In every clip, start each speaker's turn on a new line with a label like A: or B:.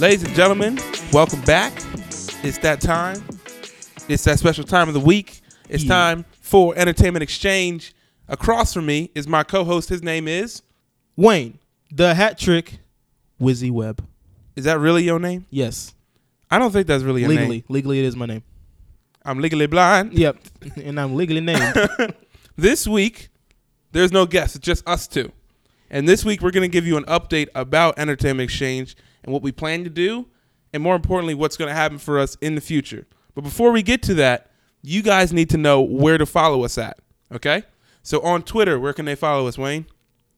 A: Ladies and gentlemen, welcome back. It's that time. It's that special time of the week. It's
B: Yeah.
A: time for Entertainment Exchange. Across from me is my co-host. His name is.
B: Wayne, the hat trick, Wizzy Webb.
A: Is that really your name?
B: Yes,
A: I don't think that's really your
B: legally,
A: name.
B: legally it is my name.
A: I'm legally blind.
B: Yep, and I'm legally named.
A: This week, there's no guest. It's just us two. And this week, we're going to give you an update about Entertainment Exchange and what we plan to do, and more importantly, what's going to happen for us in the future. But before we get to that, you guys need to know where to follow us at. Okay? So on Twitter, where can they follow us, Wayne?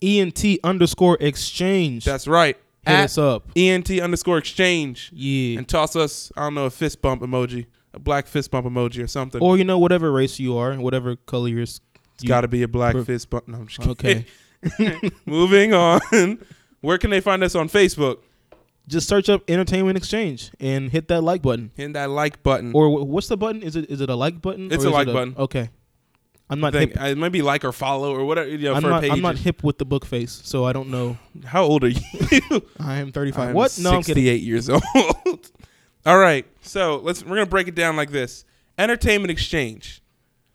B: ENT E underscore exchange. Hit
A: That's right. At
B: us up.
A: ENT underscore exchange.
B: Yeah.
A: And toss us, I don't know, a fist bump emoji, a black fist bump emoji or something.
B: Or you know whatever race you are, whatever color you're. It's
A: It's got to be a black
B: per-
A: fist bump. No, I'm just kidding.
B: Okay.
A: Moving on. Where can they find us on Facebook?
B: Just search up Entertainment Exchange and hit that like button.
A: Hit that like button.
B: Or wh- what's the button? Is it is it a like button?
A: It's
B: or
A: a
B: is
A: like
B: it
A: button.
B: Okay. I'm not
A: Thing.
B: hip.
A: Uh, maybe like or follow or whatever you know,
B: I'm
A: for
B: not,
A: pages.
B: I'm not hip with the book face, so I don't know.
A: How old are you?
B: I am 35.
A: I'm
B: Uh, what? No, I'm kidding.
A: 68 years old. All right. So let's we're gonna break it down like this. Entertainment exchange.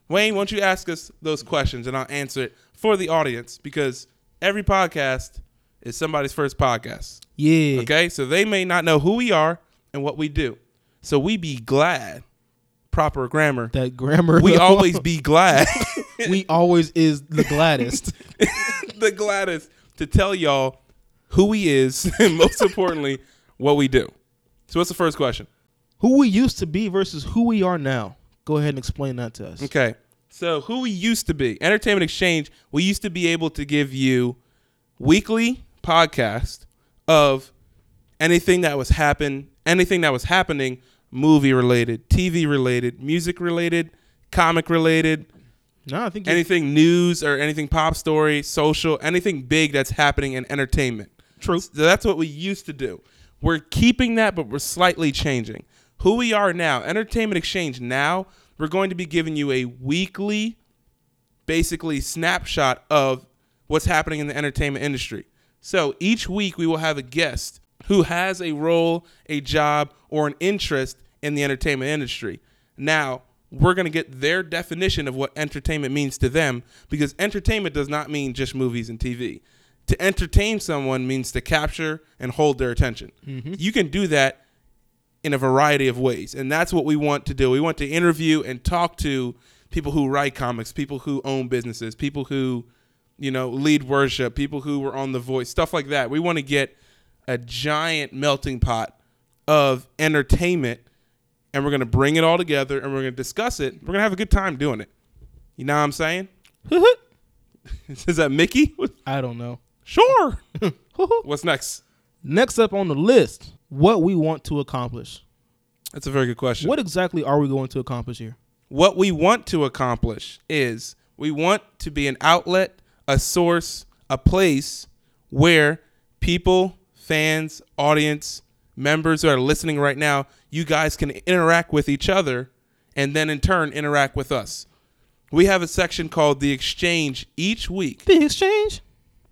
A: Wayne, why don't you ask us those questions and I'll answer it for the audience because every podcast is somebody's first podcast.
B: Yeah.
A: Okay, so they may not know who we are and what we do. So we be glad, proper grammar.
B: That grammar.
A: We always be glad,
B: we always is the gladdest.
A: the gladdest, to tell y'all who we is and most importantly, what we do. So what's the first question?
B: who we used to be versus who we are now. Go ahead and explain that to us.
A: Okay. So who we used to be. Entertainment Exchange, we used to be able to give you weekly podcast of anything that was happen anything that was happening movie related, TV related, music related, comic related,
B: No, I think you
A: anything news or anything pop story, social, anything big that's happening in entertainment.
B: True.
A: So that's what we used to do. We're keeping that, but we're slightly changing who we are now. Entertainment Exchange now, we're going to be giving you a weekly, basically, snapshot of what's happening in the entertainment industry. So each week we will have a guest who has a role, a job, or an interest in the entertainment industry. Now, we're going to get their definition of what entertainment means to them because entertainment does not mean just movies and TV. To entertain someone means to capture and hold their attention. You can do that in a variety of ways. And that's what we want to do. We want to interview and talk to people who write comics, people who own businesses, people who, you know, lead worship, people who were on The Voice, stuff like that. We want to get a giant melting pot of entertainment and we're going to bring it all together and we're going to discuss it. We're going to have a good time doing it. You know what I'm saying? Is that Mickey?
B: I don't know.
A: Sure. What's next?
B: Next up on the list, what we want to accomplish.
A: That's a very good question.
B: What exactly are we going to accomplish here?
A: what we want to accomplish is we want to be an outlet, a source, a place where people, fans, audience, members who are listening right now, you guys can interact with each other and then in turn interact with us. We have a section called The Exchange each week.
B: The exchange.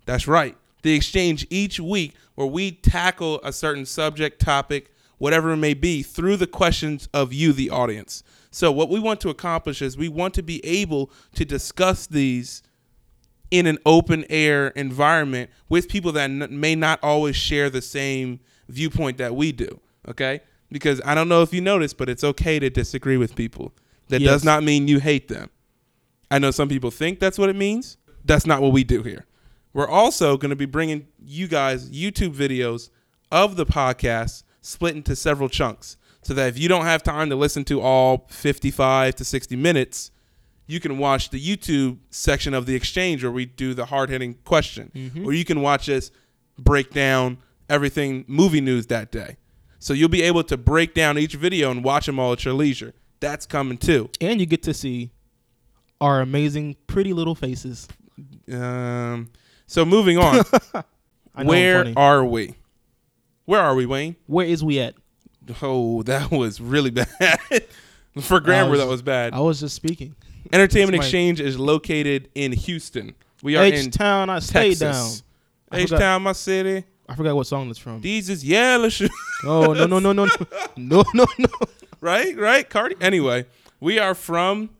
A: That's right. The exchange each week where we tackle a certain subject, topic, whatever it may be, through the questions of you, the audience. So, what we want to accomplish is we want to be able to discuss these in an open air environment with people that n- may not always share the same viewpoint that we do. Okay? Because I don't know if you noticed, but it's okay to disagree with people. That
B: Yes.
A: does not mean you hate them. I know some people think that's what it means. That's not what we do here. We're also going to be bringing you guys YouTube videos of the podcast split into several chunks so that if you don't have time to listen to all 55 to 60 minutes, you can watch the YouTube section of the exchange where we do the hard hitting question, or you can watch us break down everything movie news that day. So you'll be able to break down each video and watch them all at your leisure. That's coming too.
B: And you get to see our amazing, pretty little faces.
A: Um, so moving on,
B: I know I'm
A: where
B: funny.
A: are we? Where are we, Wayne?
B: Where is we at?
A: Oh, that was really bad. For grammar,
B: was-
A: that was bad.
B: I was just speaking.
A: Entertainment
B: that's my-
A: Exchange is located in Houston. We are
B: H
A: in
B: town, I stay down.
A: Texas.
B: I
A: H
B: forgot.
A: Town, my city.
B: I forgot what song that's from.
A: These is yeah, let's shoot.
B: oh no no no no no no no no.
A: right, right, Cardi. Anyway, we are from.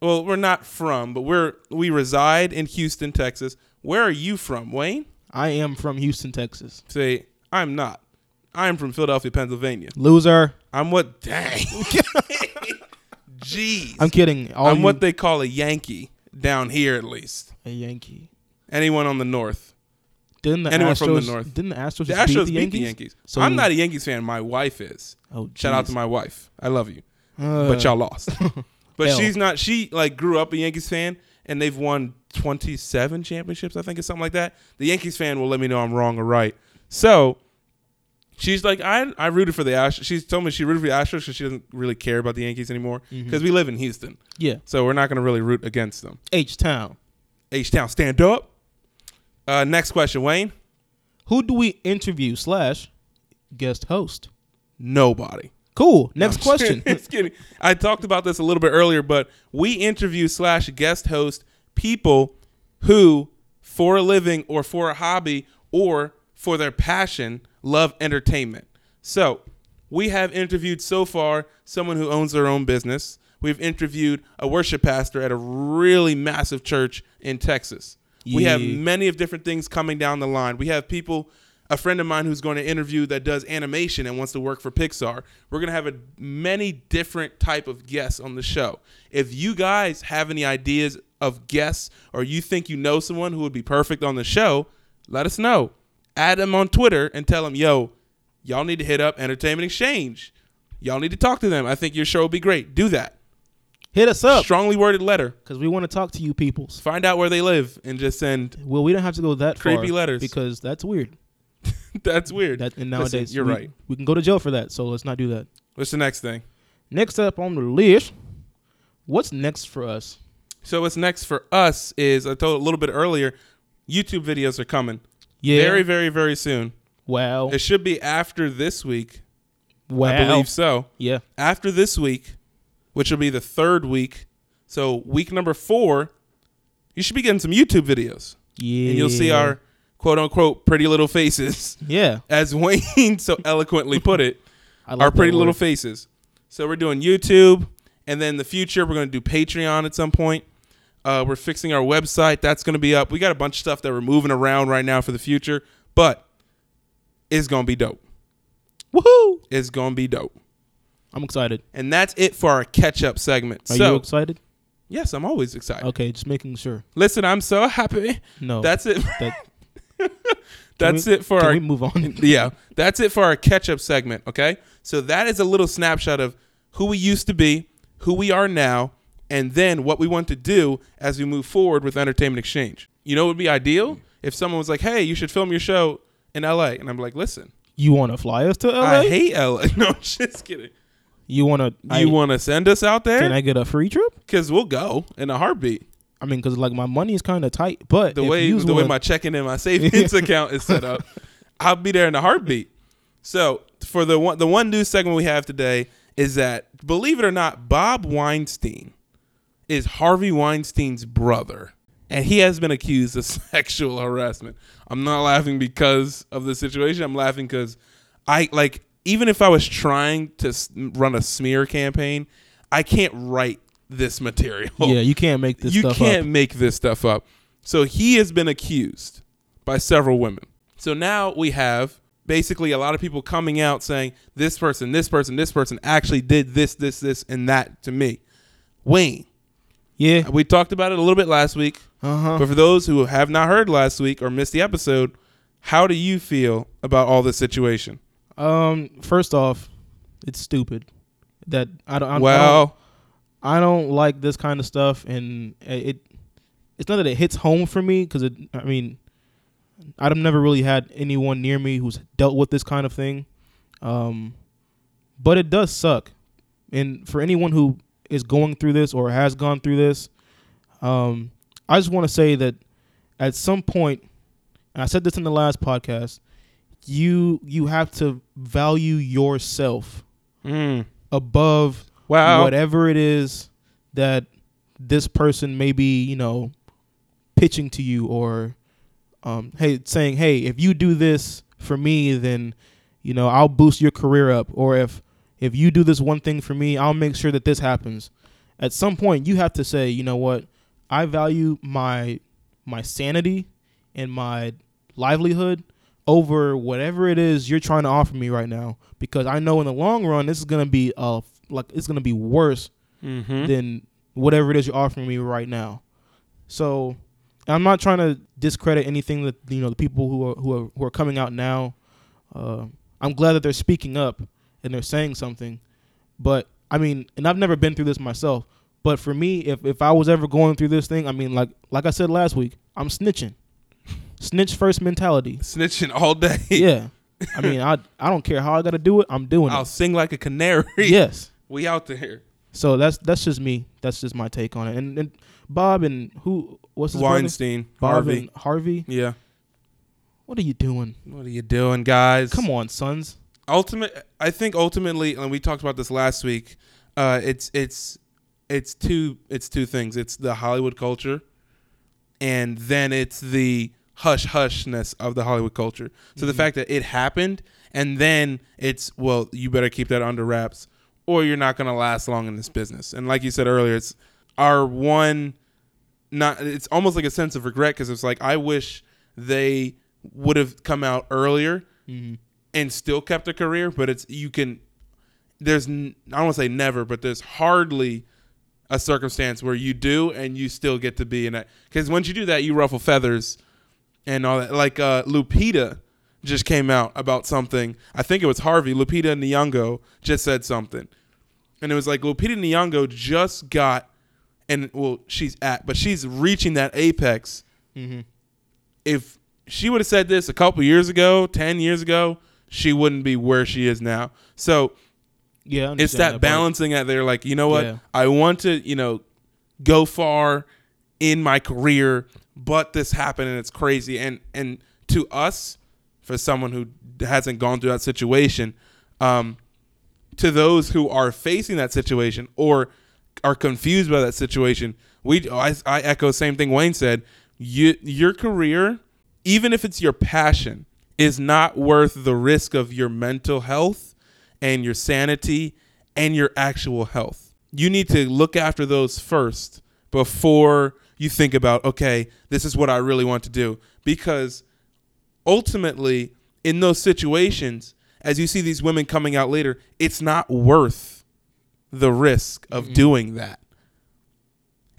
A: Well, we're not from, but we're we reside in Houston, Texas. Where are you from, Wayne?
B: I am from Houston, Texas.
A: Say, I'm not. I'm from Philadelphia, Pennsylvania.
B: Loser.
A: I'm what? Dang. Jeez.
B: I'm kidding. All
A: I'm
B: you,
A: what they call a Yankee down here, at least.
B: a Yankee.
A: anyone on the north.
B: Didn't the
A: Anyone
B: Astros,
A: from the North.
B: Didn't the Astros,
A: The
B: just
A: Astros
B: beat, the Yankees?
A: So I'm not a Yankees fan. My wife is.
B: Oh,
A: Shout out to my wife. I love you, but y'all lost. but
B: L.
A: she's not. She like grew up a Yankees fan, and they've won 27 championships. I think it's something like that. The Yankees fan will let me know I'm wrong or right. So she's like, I I rooted for the Astros. She's told me she rooted for the Astros because she doesn't really care about the Yankees anymore because we live in Houston,
B: Yeah.
A: so we're not gonna really root against them.
B: H Town.
A: H Town, stand up. Uh, next question, Wayne.
B: Who do we interview slash guest host?
A: Nobody.
B: Cool. Next
A: I'm just
B: question.
A: kidding. Just kidding. I talked about this a little bit earlier, but we interview slash guest host people who, for a living or for a hobby or for their passion, love entertainment. So we have interviewed so far someone who owns their own business. We've interviewed a worship pastor at a really massive church in Texas. We have
B: Yeah.
A: many of different things coming down the line. We have people, a friend of mine who's going to interview that does animation and wants to work for Pixar. We're going to have a many different type of guests on the show. If you guys have any ideas of guests or you think you know someone who would be perfect on the show, let us know. Add them on Twitter and tell them, "Yo, y'all need to hit up Entertainment Exchange. Y'all need to talk to them. I think your show would be great. Do that.
B: Hit us up
A: Strongly worded letter.
B: because we want to talk to you peoples.
A: Find out where they live and just send
B: Well, we don't have to go that far.
A: Creepy letters.
B: because that's weird.
A: That's weird.
B: That and
A: Listen,
B: nowadays
A: you're
B: we-
A: right.
B: We can go to jail for that, so let's not do that.
A: What's the next thing?
B: Next up on the list, what's next for us?
A: So what's next for us is I told a little bit earlier, YouTube videos are coming
B: Yeah.
A: very, very, very soon.
B: wow.
A: It should be after this week.
B: Wow.
A: I believe so.
B: Yeah.
A: After this week, which will be the third week, so week number four, you should be getting some YouTube videos,
B: Yeah.
A: and you'll see our quote unquote pretty little faces,
B: Yeah.
A: as Wayne so eloquently put it.
B: I
A: our
B: like that
A: pretty little
B: word.
A: faces. So we're doing YouTube, and then in the future we're going to do Patreon at some point. Uh, we're fixing our website. That's going to be up. We got a bunch of stuff that we're moving around right now for the future, but it's going to be dope.
B: Woohoo!
A: It's going to be dope.
B: I'm excited.
A: And that's it for our catch up segment.
B: Are
A: so,
B: you excited?
A: yes, I'm always excited.
B: Okay, just making sure.
A: Listen, I'm so happy.
B: No.
A: That's it.
B: that,
A: That's
B: we-
A: it for
B: can
A: our
B: we move on?
A: yeah, that's it for our catch up segment. Okay. So that is a little snapshot of who we used to be, who we are now, and then what we want to do as we move forward with Entertainment Exchange. You know, it would be ideal if someone was like, hey, you should film your show in LA. And I'm like, listen,
B: You want to fly us to LA?
A: I hate LA. No, I'm just kidding.
B: you want to?
A: you want to send us out
B: Can
A: there?
B: I get a free trip?
A: Because we'll go in a heartbeat.
B: I mean, because like my money is kind of tight, but
A: the
B: if
A: way
B: yous
A: the way
B: wanna-
A: my checking and my savings account is set up, I'll be there in a heartbeat. So for the one the one news segment we have today is that believe it or not, Bob Weinstein is Harvey Weinstein's brother, and he has been accused of sexual harassment. I'm not laughing because of the situation. I'm laughing because I like even if I was trying to s- run a smear campaign, I can't write this material
B: yeah, you can't make this
A: you
B: stuff
A: can't
B: up.
A: make this stuff up. So he has been accused by several women. So now we have basically a lot of people coming out saying this person, this person, this person actually did this, this, this, and that to me. Wayne,
B: Yeah,
A: we talked about it a little bit last week,
B: uh huh.
A: but for those who have not heard last week or missed the episode, how do you feel about all this situation?
B: Um, first off, it's stupid that I don't. I, don't-
A: well,
B: I don't like this kind of stuff, and it. It's not that it hits home for me because it. I mean, I've never really had anyone near me who's dealt with this kind of thing, um, but it does suck, and for anyone who is going through this or has gone through this, um, I just want to say that at some point, and I said this in the last podcast, you you have to value yourself
A: mm,
B: above
A: wow,
B: whatever it is that this person may be, you know, pitching to you or um, hey, saying, hey, if you do this for me, then you know I'll boost your career up, or if if you do this one thing for me, I'll make sure that this happens. At some point, you have to say, you know what, I value my my sanity and my livelihood over whatever it is you're trying to offer me right now, because I know in the long run this is gonna be uh like it's gonna be worse
A: Mm-hmm.
B: than whatever it is you're offering me right now. So I'm not trying to discredit anything that you know the people who are who are, who are coming out now. Uh, I'm glad that they're speaking up and they're saying something. But I mean, and I've never been through this myself. But for me, if if I was ever going through this thing, I mean, like like I said last week, I'm snitching, snitch first mentality.
A: Snitching all day.
B: Yeah, I mean, I I don't care how I got to do it. I'm doing
A: I'll
B: it.
A: sing like a canary.
B: Yes.
A: We out there.
B: So that's that's just me. That's just my take on it. And, and Bob and who what's his brother?
A: Weinstein,
B: Bob
A: Harvey.
B: and Harvey.
A: yeah.
B: What are you doing?
A: What are you doing, guys?
B: Come on, sons.
A: ultimate I think ultimately and we talked about this last week uh it's it's it's two it's two things it's the Hollywood culture and then it's the hush hushness of the Hollywood culture so the fact that it happened and then it's well you better keep that under wraps or you're not going to last long in this business and like you said earlier it's our one not it's almost like a sense of regret because it's like I wish they would have come out earlier and still kept a career, but it's you can. There's n- I don't want to say never, but there's hardly a circumstance where you do and you still get to be in that. Because once you do that, you ruffle feathers and all that. Like uh, Lupita just came out about something. I think it was Harvey Lupita Nyong'o just said something, and it was like Lupita Nyong'o just got, and well, she's at, but she's reaching that apex if she would have said this a couple years ago, 10 years ago, she wouldn't be where she is now. So
B: Yeah, I
A: it's
B: understand
A: that,
B: part.
A: balancing out there, like, you know what?
B: Yeah.
A: I want to, you know, go far in my career, but this happened and it's crazy. And, and to us, for someone who hasn't gone through that situation, um, to those who are facing that situation or are confused by that situation, we I, I echo the same thing Wayne said. You, your career, even if it's your passion, is not worth the risk of your mental health and your sanity and your actual health. You need to look after those first before you think about, okay, this is what I really want to do. Because ultimately in those situations as you see these women coming out later it's not worth the risk of doing that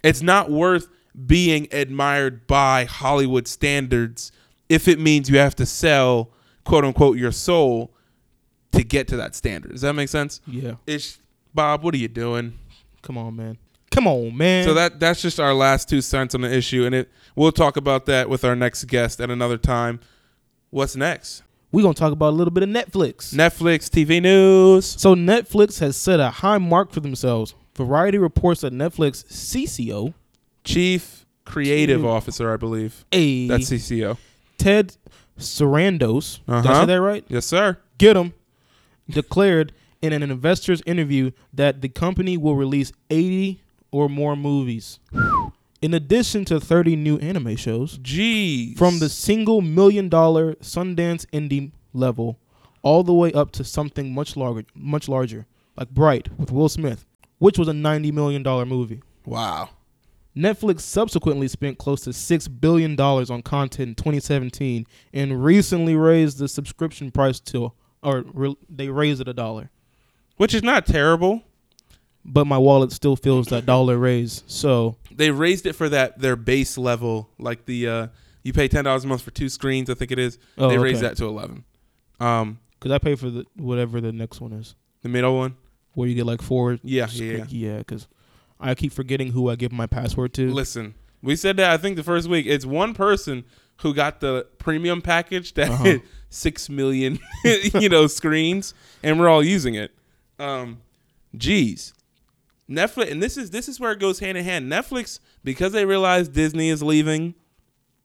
A: it's not worth being admired by hollywood standards if it means you have to sell quote unquote your soul to get to that standard does that make sense
B: Yeah,
A: it's bob what are you doing
B: come on, man. Come on, man.
A: so that that's just our last two cents on the issue and it we'll talk about that with our next guest at another time what's next
B: we're gonna talk about a little bit of Netflix.
A: Netflix, TV news.
B: so Netflix has set a high mark for themselves. Variety reports that Netflix CCO,
A: Chief E. Creative
B: Chief.
A: Officer, I believe.
B: a
A: That's CCO.
B: Ted Sarandos, did I
A: Uh-huh.
B: say that right?
A: Yes, sir.
B: get them declared in an investor's interview that the company will release 80 or more movies in addition to 30 new anime shows
A: Jeez.
B: from the single million dollar Sundance indie level all the way up to something much larger much larger like Bright with Will Smith which was a 90 million dollar movie
A: wow.
B: Netflix subsequently spent close to $6 billion on content in 2017 and recently raised the subscription price to, or re- they raised it a dollar.
A: Which is not terrible.
B: But my wallet still feels that dollar raise. So,
A: They raised it for that their base level, like the uh you pay ten dollars a month for two screens, I think it is.
B: oh,
A: they raised that to eleven. Um
B: Because I pay for the whatever the next one is,
A: the middle one.
B: where you get like four.
A: Yeah, yeah, yeah.
B: sc- Yeah, because I keep forgetting who I give my password to.
A: Listen, we said that I think the first week. It's one person who got the premium package that
B: Uh-huh.
A: six million, you know, screens, and we're all using it. Um, geez, Netflix, and this is this is where it goes hand in hand. Netflix because they realize Disney is leaving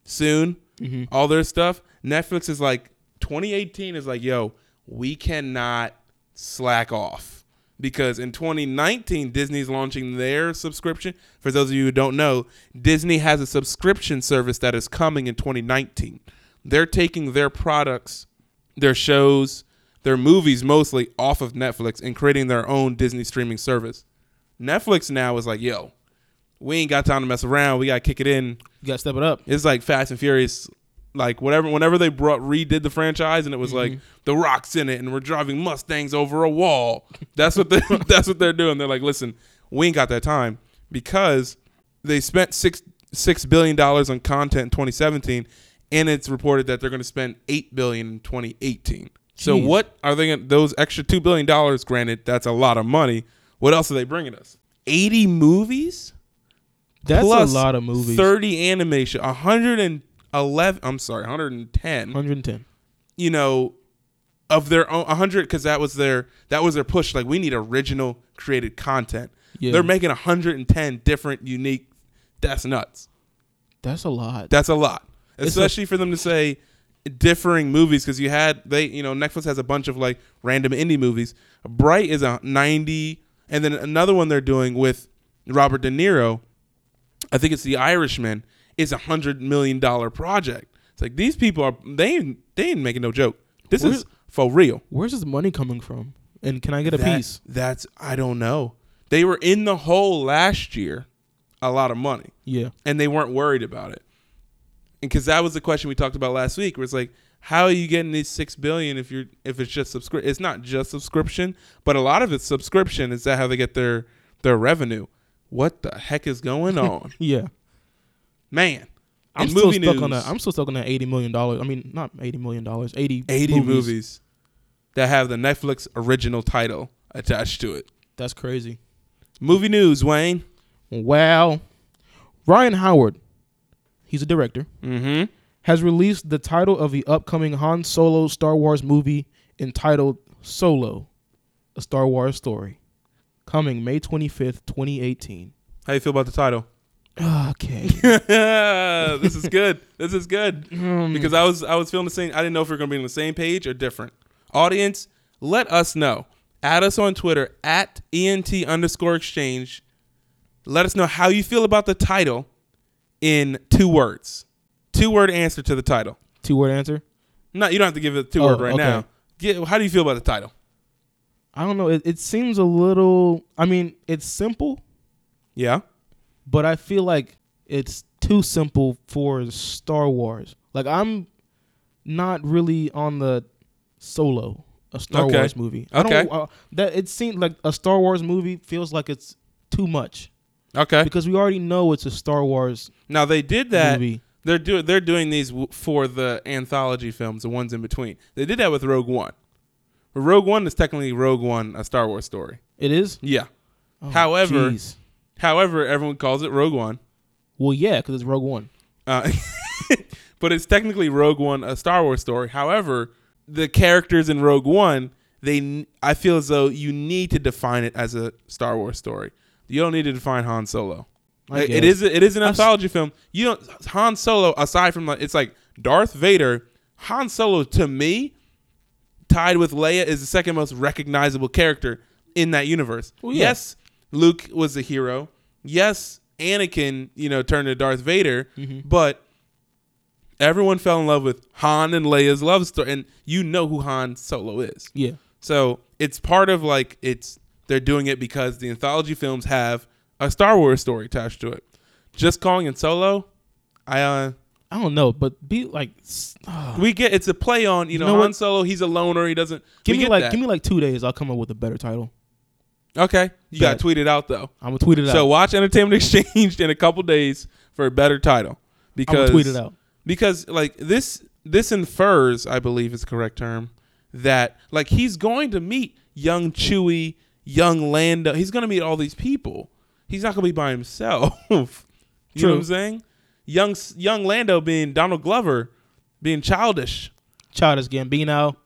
A: soon,
B: Mhm.
A: all their stuff. Netflix is like 2018 is like, yo, we cannot slack off. because in 2019 Disney's launching their subscription. For those of you who don't know, Disney has a subscription service that is coming in 2019. They're taking their products, their shows, their movies mostly off of Netflix and creating their own Disney streaming service. Netflix now is like, yo, we ain't got time to mess around. We got to kick it in.
B: You gotta step it up.
A: It's like Fast and Furious. Like whatever, whenever they brought redid the franchise and it was like
B: Mm-hmm.
A: the rocks in it and we're driving Mustangs over a wall. That's what they, that's what they're doing. They're like, listen, we ain't got that time because they spent six six billion dollars on content in 2017, and it's reported that they're going to spend eight billion in 2018. So
B: Jeez.
A: what are they? Gonna, those extra two billion dollars? Granted, that's a lot of money. What else are they bringing us? 80 movies.
B: That's
A: Plus
B: a lot of movies.
A: 30 animation, 111, I'm sorry, 110,
B: 110.
A: you know, of their own 100 cuz that was their that was their push like we need original created content.
B: Yeah.
A: They're making 110 different unique that's nuts.
B: That's a lot.
A: That's a lot.
B: It's a-
A: Especially for them to say differing movies cuz you had they you know Netflix has a bunch of like random indie movies. Bright is a 90 and then another one they're doing with Robert De Niro I think it's The Irishman is a hundred million dollar project. It's like these people are they ain't, they ain't making no joke. This is
B: Where-
A: for real.
B: Where's this money coming from? And can I get a
A: That-
B: piece?
A: That's I don't know. They were in the hole last year, a lot of money,
B: Yeah.
A: and they weren't worried about it. And because that was the question we talked about last week, where it's like, how are you getting these six billion if you're if it's just subscri- It's not just subscription, but a lot of it's subscription. Is that how they get their their revenue? What the heck is going on,
B: Yeah.
A: man?
B: I'm
A: In
B: still
A: movie
B: stuck on
A: news-
B: that. I'm still stuck on that eighty million dollars. I mean, not eighty million dollars. Eighty.
A: 80 movies. that have the Netflix original title attached to it.
B: That's crazy.
A: Movie news, Wayne.
B: Wow. Ryan Howard, he's a director,
A: Mm-hmm.
B: has released the title of the upcoming Han Solo Star Wars movie entitled Solo: A Star Wars Story, coming May twenty fifth, twenty eighteen.
A: How you feel about the title?
B: Okay.
A: this is good. This is good
B: Um,
A: because I was I was feeling the same. I didn't know if we were going to be on the same page or different. Audience, let us know. Add us on Twitter at ent underscore exchange. Let us know how you feel about the title in two words. Two word answer to the title.
B: two word answer.
A: Not you don't have to give it a two
B: Oh,
A: word right
B: okay.
A: now. Get, how do you feel about the title?
B: I don't know. It, it seems a little. I mean, it's simple,
A: Yeah.
B: but I feel like it's too simple for Star Wars. Like I'm not really on the solo a Star
A: Okay.
B: Wars movie. I
A: Okay.
B: don't, uh, that it seemed like a Star Wars movie feels like it's too much
A: Okay.
B: because we already know it's a Star Wars
A: Now they did that.
B: movie.
A: They're doing they're doing these w- for the anthology films, the ones in between. They did that with Rogue One. But Rogue One is technically Rogue One, a Star Wars story.
B: It is.
A: Yeah.
B: Oh,
A: However-
B: jeez.
A: However, everyone calls it Rogue One,
B: well, yeah, because it's Rogue One.
A: uh, but it's technically Rogue One, a Star Wars story. However, the characters in Rogue One, they n- I feel as though you need to define it as a Star Wars story. You don't need to define Han Solo.
B: I
A: It- it
B: guess.
A: is it is an
B: I've s-
A: anthology film. You don't Han Solo aside from like it's like Darth Vader, Han Solo to me tied with Leia is the second most recognizable character in that universe.
B: Well, yeah.
A: Yes, Luke was a hero. Yes, Anakin, you know, turned to Darth Vader,
B: Mm-hmm.
A: but everyone fell in love with Han and Leia's love story and you know who Han Solo is.
B: Yeah.
A: So it's part of like it's they're doing it because the anthology films have a Star Wars story attached to it. Just calling it solo, I uh,
B: I don't know, but be like, s- ah.
A: we get it's a play on you know,
B: know
A: Han
B: what?
A: Solo. He's a loner. He doesn't.
B: give
A: we
B: me
A: get
B: like,
A: that.
B: give me like two days. I'll come up with a better title.
A: okay. You got
B: Bet.
A: tweeted out though.
B: I'm gonna tweet it out.
A: So watch Entertainment Exchange in a couple days for a better title
B: I'm gonna
A: because
B: tweet it out.
A: because like this this infers i believe is the correct term that like he's going to meet young chewie young lando he's going to meet all these people he's not going to be by himself you know what i'm
B: True.
A: saying young s- young lando being donald glover being childish
B: Childish Gambino.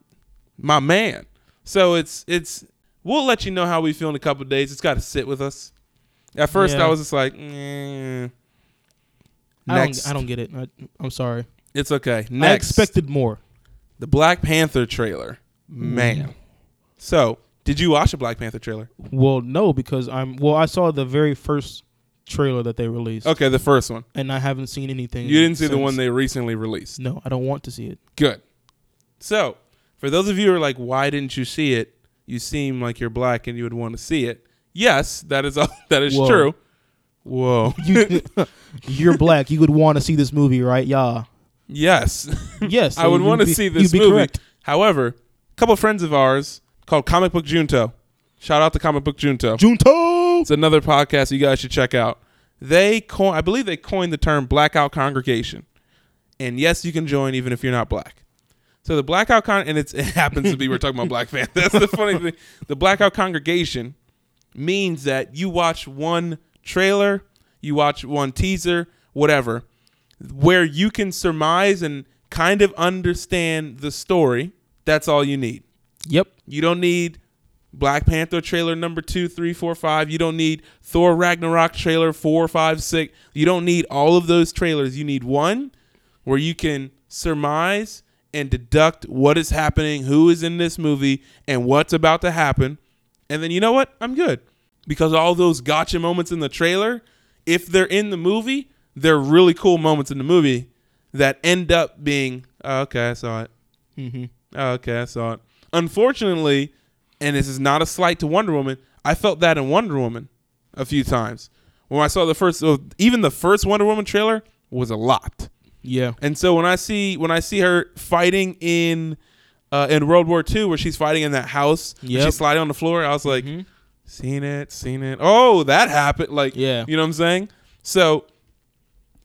A: my man so it's it's we'll let you know how we feel in a couple of days it's got to sit with us at first
B: Yeah.
A: i was just like eh.
B: I don't, I don't get it. I, I'm sorry.
A: it's okay next
B: I expected more.
A: the Black Panther trailer. Man. So Did you watch the Black Panther trailer?
B: Well, no, because I'm well. I saw the very first trailer that they released,
A: Okay, the first one.
B: and I haven't seen anything.
A: You didn't see the
B: since.
A: one they recently released.
B: No, I don't want to see it.
A: Good. So, for those of you who are like, why didn't you see it? You seem like you're black and you would want to see it. Yes, that is all, that is
B: Whoa.
A: true. Whoa.
B: You, you're black. You would want to see this movie, right? Yeah.
A: yes.
B: Yes.
A: I
B: so
A: would
B: you'd
A: want to
B: be-
A: see
B: you'd
A: this
B: be
A: movie.
B: correct.
A: However, a couple friends of ours called Comic Book Junto. Shout out to Comic Book Junto.
B: Junto.
A: It's another podcast you guys should check out. They coin, I believe they coined the term blackout congregation. And yes, you can join even if you're not black. So the blackout con and it's, it happens to be we're talking about black fans. That's the funny thing. The blackout congregation means that you watch one trailer, you watch one teaser, whatever, where you can surmise and kind of understand the story. That's all you need.
B: Yep.
A: You don't need Black Panther trailer number two, three, four, five. You don't need Thor Ragnarok trailer four, five, six. You don't need all of those trailers. You need one where you can surmise and deduct what is happening, who is in this movie, and what's about to happen. And then you know what? I'm good. Because all those gotcha moments in the trailer, if they're in the movie, they're really cool moments in the movie that end up being, oh, okay, I saw it.
B: Mm-hmm.
A: Oh, okay, I saw it. Unfortunately, and this is not a slight to Wonder Woman, I felt that in Wonder Woman a few times. When I saw the first, so even the first Wonder Woman trailer was a lot.
B: Yeah.
A: And so when I see when I see her fighting in uh, in World War II, where she's fighting in that house, and
B: Yep.
A: she's sliding on the floor, I was like,
B: Mhm.
A: seen it, seen it. Oh, that happened. Like,
B: Yeah.
A: you know what I'm saying? So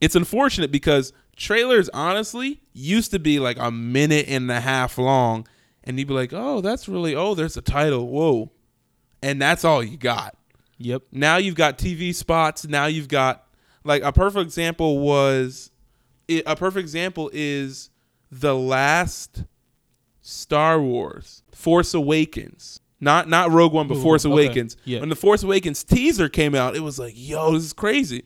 A: it's unfortunate because trailers honestly used to be like a minute and a half long, and you'd be like, oh, that's really oh, there's a title, whoa, and that's all you got
B: Yep.
A: now you've got TV spots. Now you've got like a perfect example was i- a perfect example is the last Star Wars Force Awakens. Not not Rogue One, but
B: Ooh,
A: Force
B: okay.
A: Awakens.
B: Yeah.
A: When the Force Awakens teaser came out, it was like, yo, this is crazy.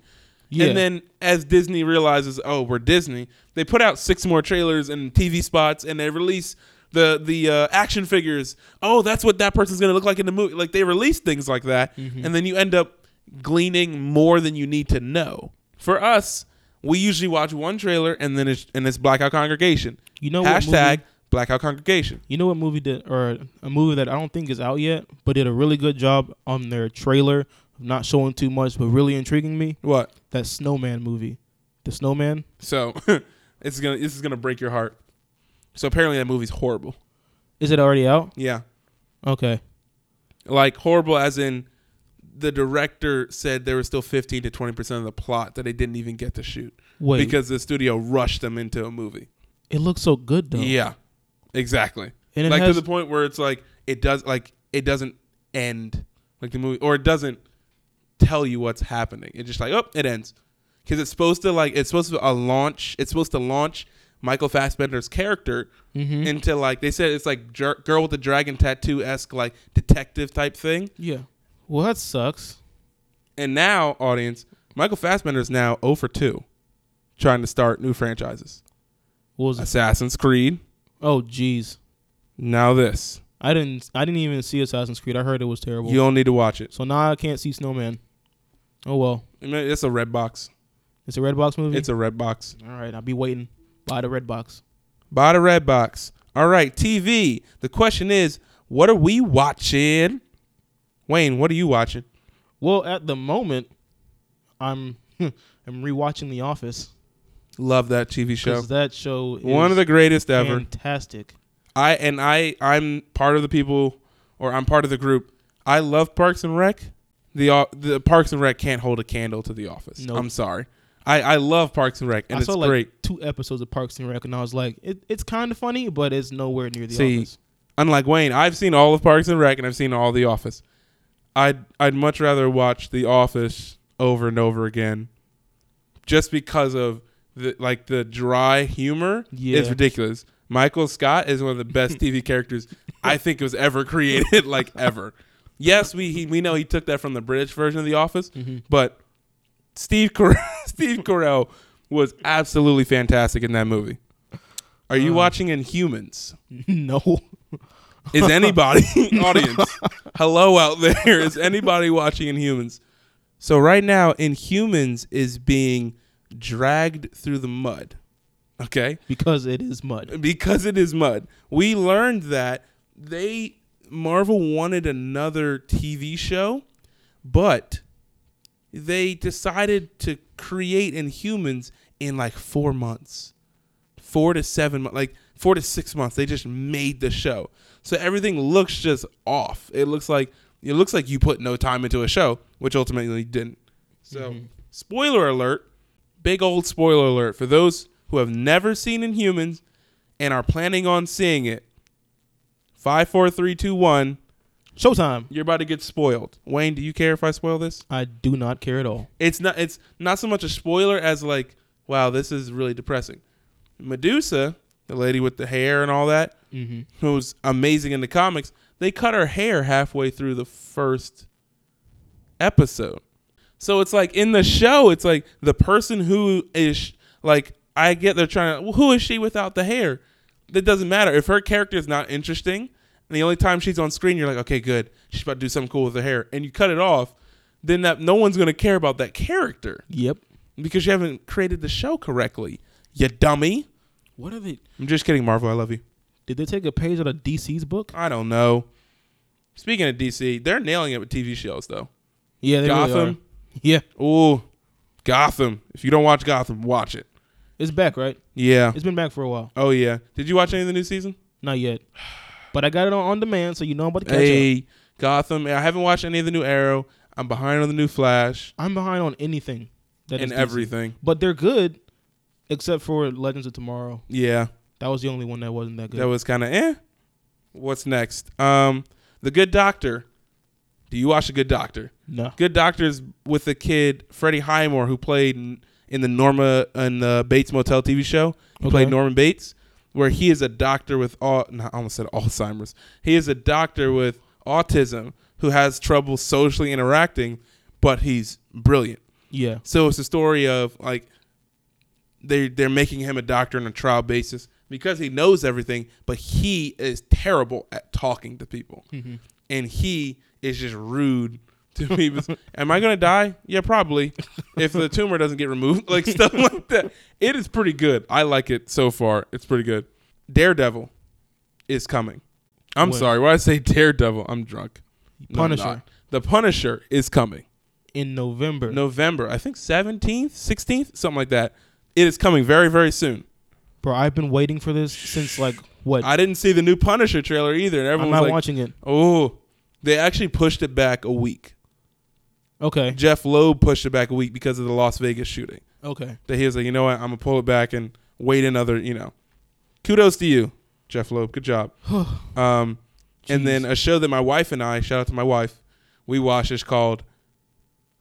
B: Yeah.
A: And then as Disney realizes, oh, we're Disney, they put out six more trailers and TV spots, and they release the the uh, action figures. Oh, that's what that person's gonna look like in the movie. Like they release things like that,
B: Mm-hmm.
A: and then you end up gleaning more than you need to know. For us, we usually watch one trailer, and then it's and it's blackout congregation.
B: You know Oh, what
A: hashtag
B: movie-
A: blackout congregation.
B: You know what movie did, or a movie that I don't think is out yet, but did a really good job on their trailer, not showing too much, but really intriguing me.
A: What?
B: That Snowman movie, the Snowman.
A: So it's gonna this is gonna break your heart. So apparently that movie's horrible.
B: Is it already out?
A: Yeah.
B: Okay.
A: like horrible as in the director said there was still 15 to 20% of the plot that they didn't even get to shoot
B: Wait.
A: because the studio rushed them into a movie
B: it looks so good though.
A: yeah exactly
B: And it
A: like
B: has-
A: to the point where it's like it does like it doesn't end like the movie or it doesn't tell you what's happening it's just like oh it ends because it's supposed to like it's supposed to a launch it's supposed to launch michael fassbender's character
B: Mhm.
A: into like they said it's like jer- girl with the dragon tattoo-esque like detective type thing
B: Yeah. Well, that sucks.
A: And now, audience, Michael Fassbender is now 0 for 2 trying to start new franchises.
B: What was it?
A: Assassin's Creed,
B: Oh, jeez.
A: now this.
B: I didn't. I didn't even see Assassin's Creed. I heard it was terrible.
A: You don't need to watch it.
B: So now I can't see Snowman. Oh well.
A: I mean, It's a red box.
B: It's a red box movie.
A: It's a red box.
B: all right. I'll be waiting by the red box.
A: Buy the red box. All right, TV. The question is, what are we watching? Wayne, what are you watching?
B: Well, at the moment, I'm I'm rewatching The Office
A: Love that TV show.
B: because that show is
A: One of the greatest ever.
B: fantastic.
A: I and I I'm part of the people or I'm part of the group. I love Parks and Rec. The o- the Parks and Rec can't hold a candle to The Office.
B: Nope.
A: I'm sorry. I I love Parks and Rec and
B: I
A: it's
B: saw like
A: great.
B: two episodes of Parks and Rec, and I was like, it, it's kind of funny, but it's nowhere near The
A: See,
B: Office.
A: Unlike Wayne, I've seen all of Parks and Rec and I've seen all The Office. I'd I'd much rather watch The Office over and over again, just because of the like the dry humor
B: Yeah.
A: is ridiculous. Michael Scott is one of the best TV characters I think was ever created, like ever. Yes, we he, we know he took that from the British version of The Office, but Steve Cor- Steve Carell was absolutely fantastic in that movie. Are you watching Inhumans?
B: no,
A: Is anybody audience? Hello out there. Is anybody watching Inhumans? So right now, Inhumans is being dragged through the mud. Okay?
B: because it is mud.
A: Because it is mud. We learned that they Marvel wanted another TV show, but they decided to create Inhumans in like four months, four to seven months, like four to six months. They just made the show, so everything looks just off. It looks like it looks like you put no time into a show, which ultimately you didn't. So, spoiler alert, big old spoiler alert for those who have never seen Inhumans and are planning on seeing it. Five, four, three, two, one.
B: Showtime.
A: You're about to get spoiled. Wayne, do you care if I spoil this?
B: I do not care at all.
A: it's not it's not so much a spoiler as like wow this is really depressing medusa the lady with the hair and all that
B: Mm-hmm.
A: who's amazing in the comics they cut her hair halfway through the first episode so it's like in the show it's like the person who is like i get they're trying to well, who is she without the hair that doesn't matter if her character is not interesting and the only time she's on screen you're like okay good she's about to do something cool with her hair and you cut it off then that no one's going to care about that character
B: Yep.
A: because you haven't created the show correctly you dummy
B: What are they?
A: i'm just kidding marvel i love you
B: Did they take a page out of DC's book?
A: I don't know. Speaking of DC, they're nailing it with TV shows though.
B: Yeah, they really
A: Gotham.
B: are. Yeah,
A: Ooh, Gotham. If you don't watch Gotham, watch it.
B: it's back, right?
A: Yeah.
B: It's been back for a while.
A: Oh yeah. Did you watch any of the new season?
B: Not yet, but I got it on, on demand, so you know I'm about to catch up.
A: Hey, Gotham. I haven't watched any of the new Arrow. I'm behind on the new Flash
B: I'm behind on anything that
A: and
B: is DC.
A: everything.
B: but they're good, except for Legends of Tomorrow.
A: Yeah,
B: That was the only one that wasn't that good.
A: that was kind of eh. What's next? Um, The Good Doctor. Do you watch The Good Doctor?
B: no,
A: Good Doctors with the kid Freddie Highmore who played in, in the Norma and the Bates Motel TV show. He
B: Okay.
A: played Norman Bates, where he is a doctor with all. No, I almost said Alzheimer's. He is a doctor with autism who has trouble socially interacting, but he's brilliant.
B: yeah,
A: So it's a story of like they they're making him a doctor on a trial basis because he knows everything, but he is terrible at talking to people,
B: Mm-hmm.
A: and he is just rude to people. Am I gonna die? Yeah, probably. if the tumor doesn't get removed, like stuff like that. It is pretty good. I like it so far. It's pretty good. Daredevil is coming. I'm
B: When?
A: sorry. When I say Daredevil, I'm drunk. No, I'm
B: Punisher.
A: not. the Punisher is coming.
B: in November.
A: November, I think 17th, 16th, something like that. It is coming very, very soon.
B: Bro, I've been waiting for this since like what?
A: I didn't see the new Punisher trailer either. And
B: I'm
A: everyone
B: not
A: was like,
B: watching it.
A: oh, they actually pushed it back a week.
B: Okay,
A: Jeff Loeb pushed it back a week because of the Las Vegas shooting.
B: okay.
A: That he was like, you know what, I'm going to pull it back and wait another, you know. Kudos to you, Jeff Loeb. Good job. um, and then a show that my wife and I, shout out to my wife, we watch is called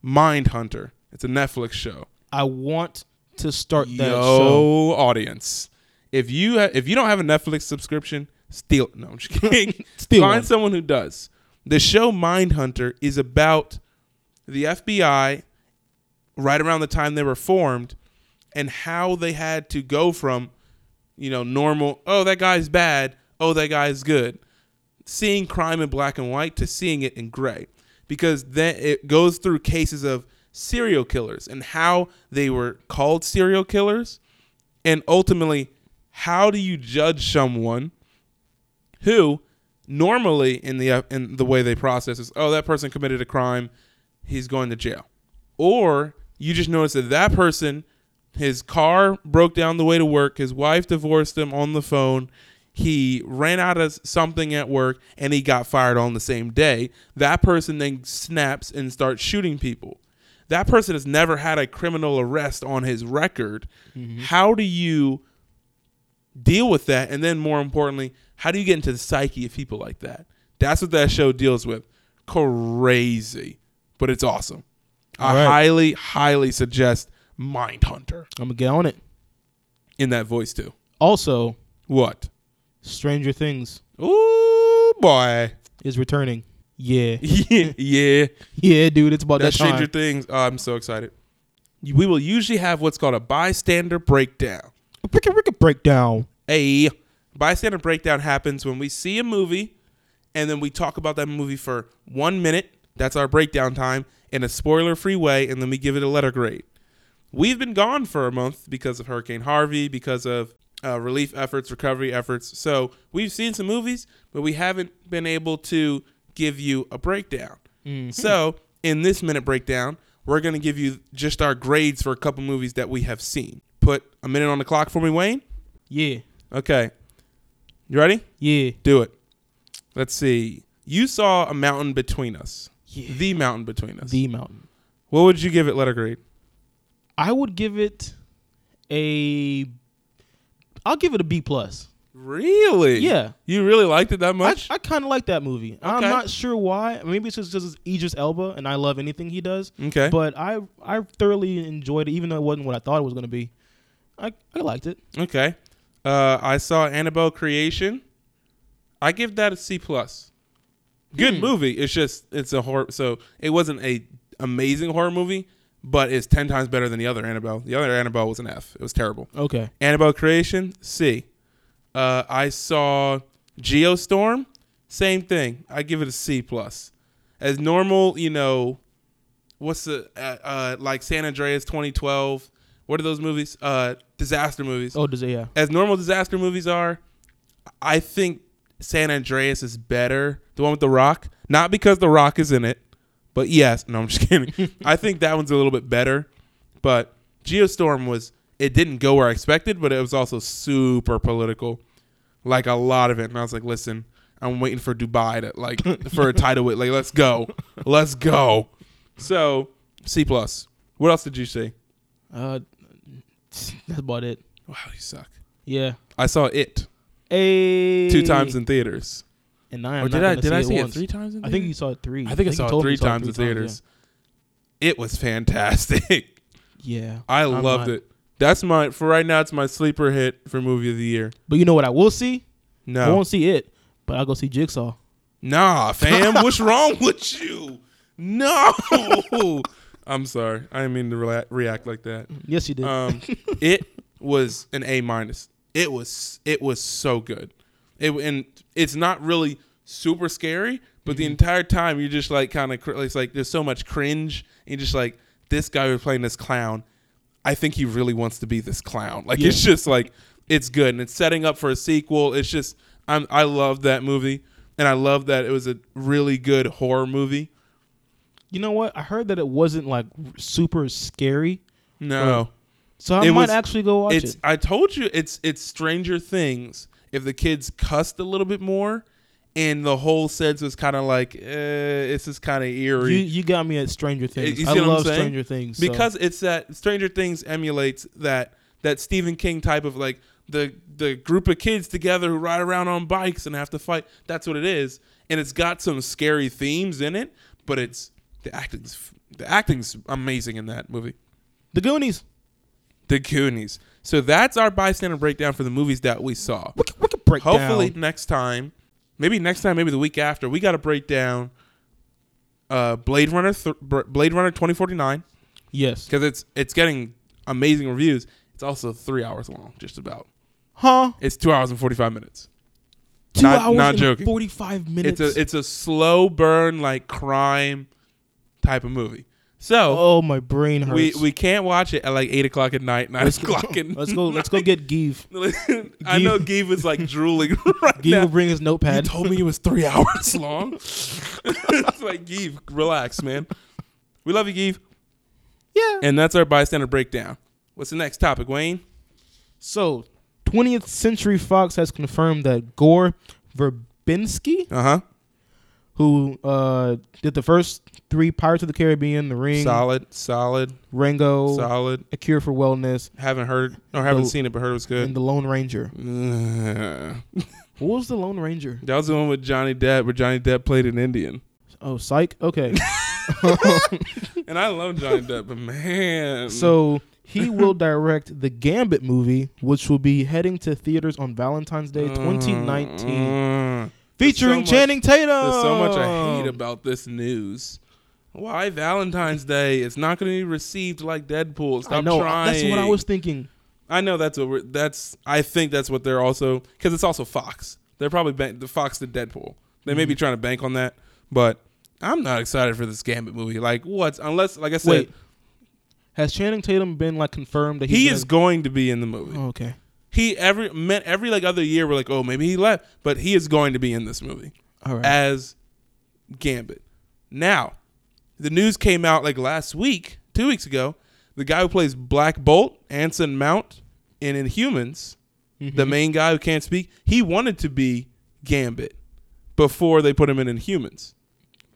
A: Mind Hunter. It's a Netflix show.
B: I want to start that show.
A: Yo, audience, if you ha- if you don't have a Netflix subscription, steal it. No, I'm just kidding.
B: Steal
A: Find
B: one.
A: someone who does. The show Mindhunter is about the FBI right around the time they were formed and how they had to go from, you know, normal, oh, that guy's bad, oh, that guy's good, seeing crime in black and white to seeing it in gray. Because then it goes through cases of serial killers and how they were called serial killers. And ultimately, how do you judge someone who normally in the uh, in the way they process is oh that person committed a crime he's going to jail or you just notice that that person his car broke down the way to work his wife divorced him on the phone he ran out of something at work and he got fired on the same day that person then snaps and starts shooting people that person has never had a criminal arrest on his record how do you deal with that and then more importantly how do you get into the psyche of people like that that's what that show deals with crazy but it's awesome i
B: All right.
A: highly highly suggest mindhunter
B: I'm gonna get on it.
A: in that voice too
B: Also,
A: what
B: Stranger Things
A: Ooh boy
B: is returning. Yeah,
A: yeah
B: yeah, dude. It's about that
A: that's
B: time.
A: stranger things oh, i'm so excited we will usually have what's called a bystander breakdown
B: Break- break- breakdown.
A: a bystander breakdown happens when we see a movie and then we talk about that movie for one minute. That's our breakdown time in a spoiler free way, and then we give it a letter grade. We've been gone for a month because of Hurricane Harvey, because of uh, relief efforts, recovery efforts. So we've seen some movies, but we haven't been able to give you a breakdown.
B: Mm-hmm. Mm.
A: So in this minute breakdown, we're going to give you just our grades for a couple movies that we have seen. Put a minute on the clock for me, Wayne.
B: Yeah.
A: Okay. You ready?
B: Yeah.
A: Do it. Let's see. You saw a mountain between us.
B: Yeah.
A: The mountain between us.
B: The Mountain.
A: what would you give it letter grade?
B: I would give it a. I'll give it a B plus.
A: Really?
B: Yeah.
A: You really liked it that
B: I,
A: much?
B: I kind of like that movie. I'm
A: Okay.
B: not sure why. Maybe it's just because it's Idris Elba, and I love anything he does.
A: okay.
B: But I I thoroughly enjoyed it, even though it wasn't what I thought it was going to be. I, I liked it.
A: okay. Uh, I saw Annabelle Creation. I give that a C plus. Good
B: Hmm.
A: movie. It's just it's a horror. So it wasn't a amazing horror movie, but it's ten times better than the other Annabelle. The other Annabelle was an F. It was terrible.
B: Okay.
A: Annabelle Creation, C. Uh, I saw Geostorm, same thing. I give it a C plus. As normal, you know, what's the uh, uh, like San Andreas 2012? What are those movies? Uh, disaster movies.
B: Oh, does it? Yeah.
A: As normal disaster movies are, I think San Andreas is better. The one with the Rock, not because the Rock is in it, but yes. No, I'm just kidding. I think that one's a little bit better, but Geostorm was it didn't go where I expected, but it was also super political, like a lot of it. And I was like, listen, I'm waiting for Dubai to like for a title. With like, let's go, let's go. So C plus. What else did you see?
B: Uh, that's about it.
A: Wow, you suck.
B: Yeah.
A: I saw it
B: A
A: two times in theaters.
B: and I am
A: Or
B: not
A: did I
B: gonna
A: did I see it
B: once.
A: three times? In
B: I think you
A: theaters?
B: saw it three.
A: I think I
B: you
A: saw
B: told
A: it
B: me you
A: three
B: saw
A: times in theaters. It was fantastic.
B: Yeah. Yeah.
A: I
B: I'm
A: loved
B: not-
A: it. That's my for right now. It's my sleeper hit for movie of the year.
B: But you know what? I will see. I
A: No,
B: won't see it, but I'll go see Jigsaw.
A: nah, fam. what's wrong with you? No. I'm sorry. I didn't mean to rela- react like that.
B: Yes, you did.
A: Um, it was an A minus. It was it was so good. It and it's not really super scary, but the entire time you're just like kind of it's like there's so much cringe. And you're just like this guy was playing this clown. I think he really wants to be this clown. Like
B: Yeah.
A: it's just like it's good and it's setting up for a sequel. It's just I'm I love that movie and I love that it was a really good horror movie.
B: you know what? I heard that it wasn't like super scary,
A: No.
B: so I
A: It
B: might
A: was-
B: actually go watch
A: it's
B: it.
A: I told you it's it's Stranger Things. If the kids cussed a little bit more, and the whole sense was kind of like, eh, this is kind of
B: You
A: eerie
B: you got me at Stranger Things.
A: you
B: I
A: see what I'm
B: love
A: saying?
B: Stranger Things so-
A: because it's that Stranger Things emulates that that Stephen King type of like the the group of kids together who ride around on bikes and have to fight. That's what it is, and it's got some scary themes in it, but it's the acting's the acting's amazing in that movie.
B: The Goonies.
A: The Goonies. So that's our bystander breakdown for the movies that we saw.
B: We can, we can break
A: Hopefully
B: down.
A: next time, maybe next time, maybe the week after, we got to break down uh, Blade Runner, th- Br- Blade Runner twenty forty nine
B: Yes.
A: because it's it's getting amazing reviews. It's also three hours long, just about.
B: Huh?
A: It's two hours and forty five minutes.
B: Two
A: Not-
B: hours
A: not
B: and
A: joking.
B: forty-five minutes.
A: It's a it's a slow burn like crime type of movie. So
B: oh, my brain hurts.
A: we we can't watch it at like eight o'clock at night, 9 o'clock at
B: let's go. Let's go get Give.
A: Listen, I know Gabe is like drooling right
B: Give will
A: now.
B: bring his
A: You
B: notepad.
A: told me it was three hours long. it's like Gabe, relax, man. We love you, Gabe.
B: yeah.
A: And that's our bystander breakdown. What's the next topic, Wayne?
B: So, 20th Century Fox has confirmed that Gore Verbinski,
A: Uh huh.
B: who uh, did the first three Pirates of the Caribbean, The Ring,
A: Solid, solid,
B: Rango,
A: solid.
B: A Cure for Wellness,
A: Haven't heard or haven't
B: The-
A: seen it, but heard it was
B: and
A: good.
B: The Lone Ranger.
A: that
B: What was The Lone Ranger?
A: was the one with Johnny Depp, where Johnny Depp played an Indian.
B: Oh, Psych. Okay.
A: And I love Johnny Depp, but man.
B: so, he will direct the Gambit movie, which will be heading to theaters on Valentine's Day 2019,
A: Mm.
B: featuring
A: much-
B: Channing Tatum.
A: There's so much I
B: Oh.
A: hate about this news. Why Valentine's Day? It's not going to be received like Deadpool. Stop
B: I know.
A: trying.
B: That's what I was thinking.
A: I know that's what we're. That's. I think that's what they're also because it's also Fox. They're probably ban- the Fox did Deadpool. They
B: Mm-hmm.
A: may be trying to bank on that, but I'm not excited for this Gambit movie. Like, what's unless, like I said,
B: Wait, has Channing Tatum been like confirmed that he's
A: he
B: gonna-
A: is going to be in the movie.
B: Oh, okay.
A: He every meant every like other year we're like, oh, maybe he left, but he is going to be in this movie
B: All right.
A: as Gambit. Now, the news came out like last week, two weeks ago. The guy who plays Black Bolt, Anson Mount, in Inhumans, the
B: Mm-hmm.
A: main guy who can't speak, he wanted to be Gambit before they put him in Inhumans.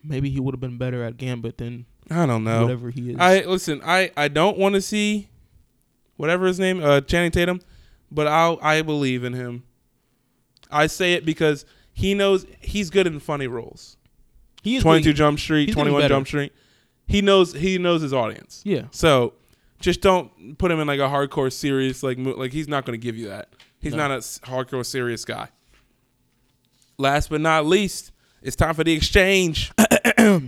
B: Maybe he would have been better at Gambit than
A: I don't know.
B: whatever he is.
A: I listen. I I don't want to see whatever his name, uh, Channing Tatum, but I I believe in him. I say it because he knows he's good in funny roles.
B: he is
A: Twenty two
B: being-
A: Jump Street,
B: he's
A: Twenty One
B: getting better.
A: Jump Street. He knows he knows his audience.
B: Yeah.
A: So just don't put him in like a hardcore serious like mo- like he's not going to give you that. He's
B: No.
A: not a s- hardcore serious guy. Last but not least, it's time for the exchange.
B: The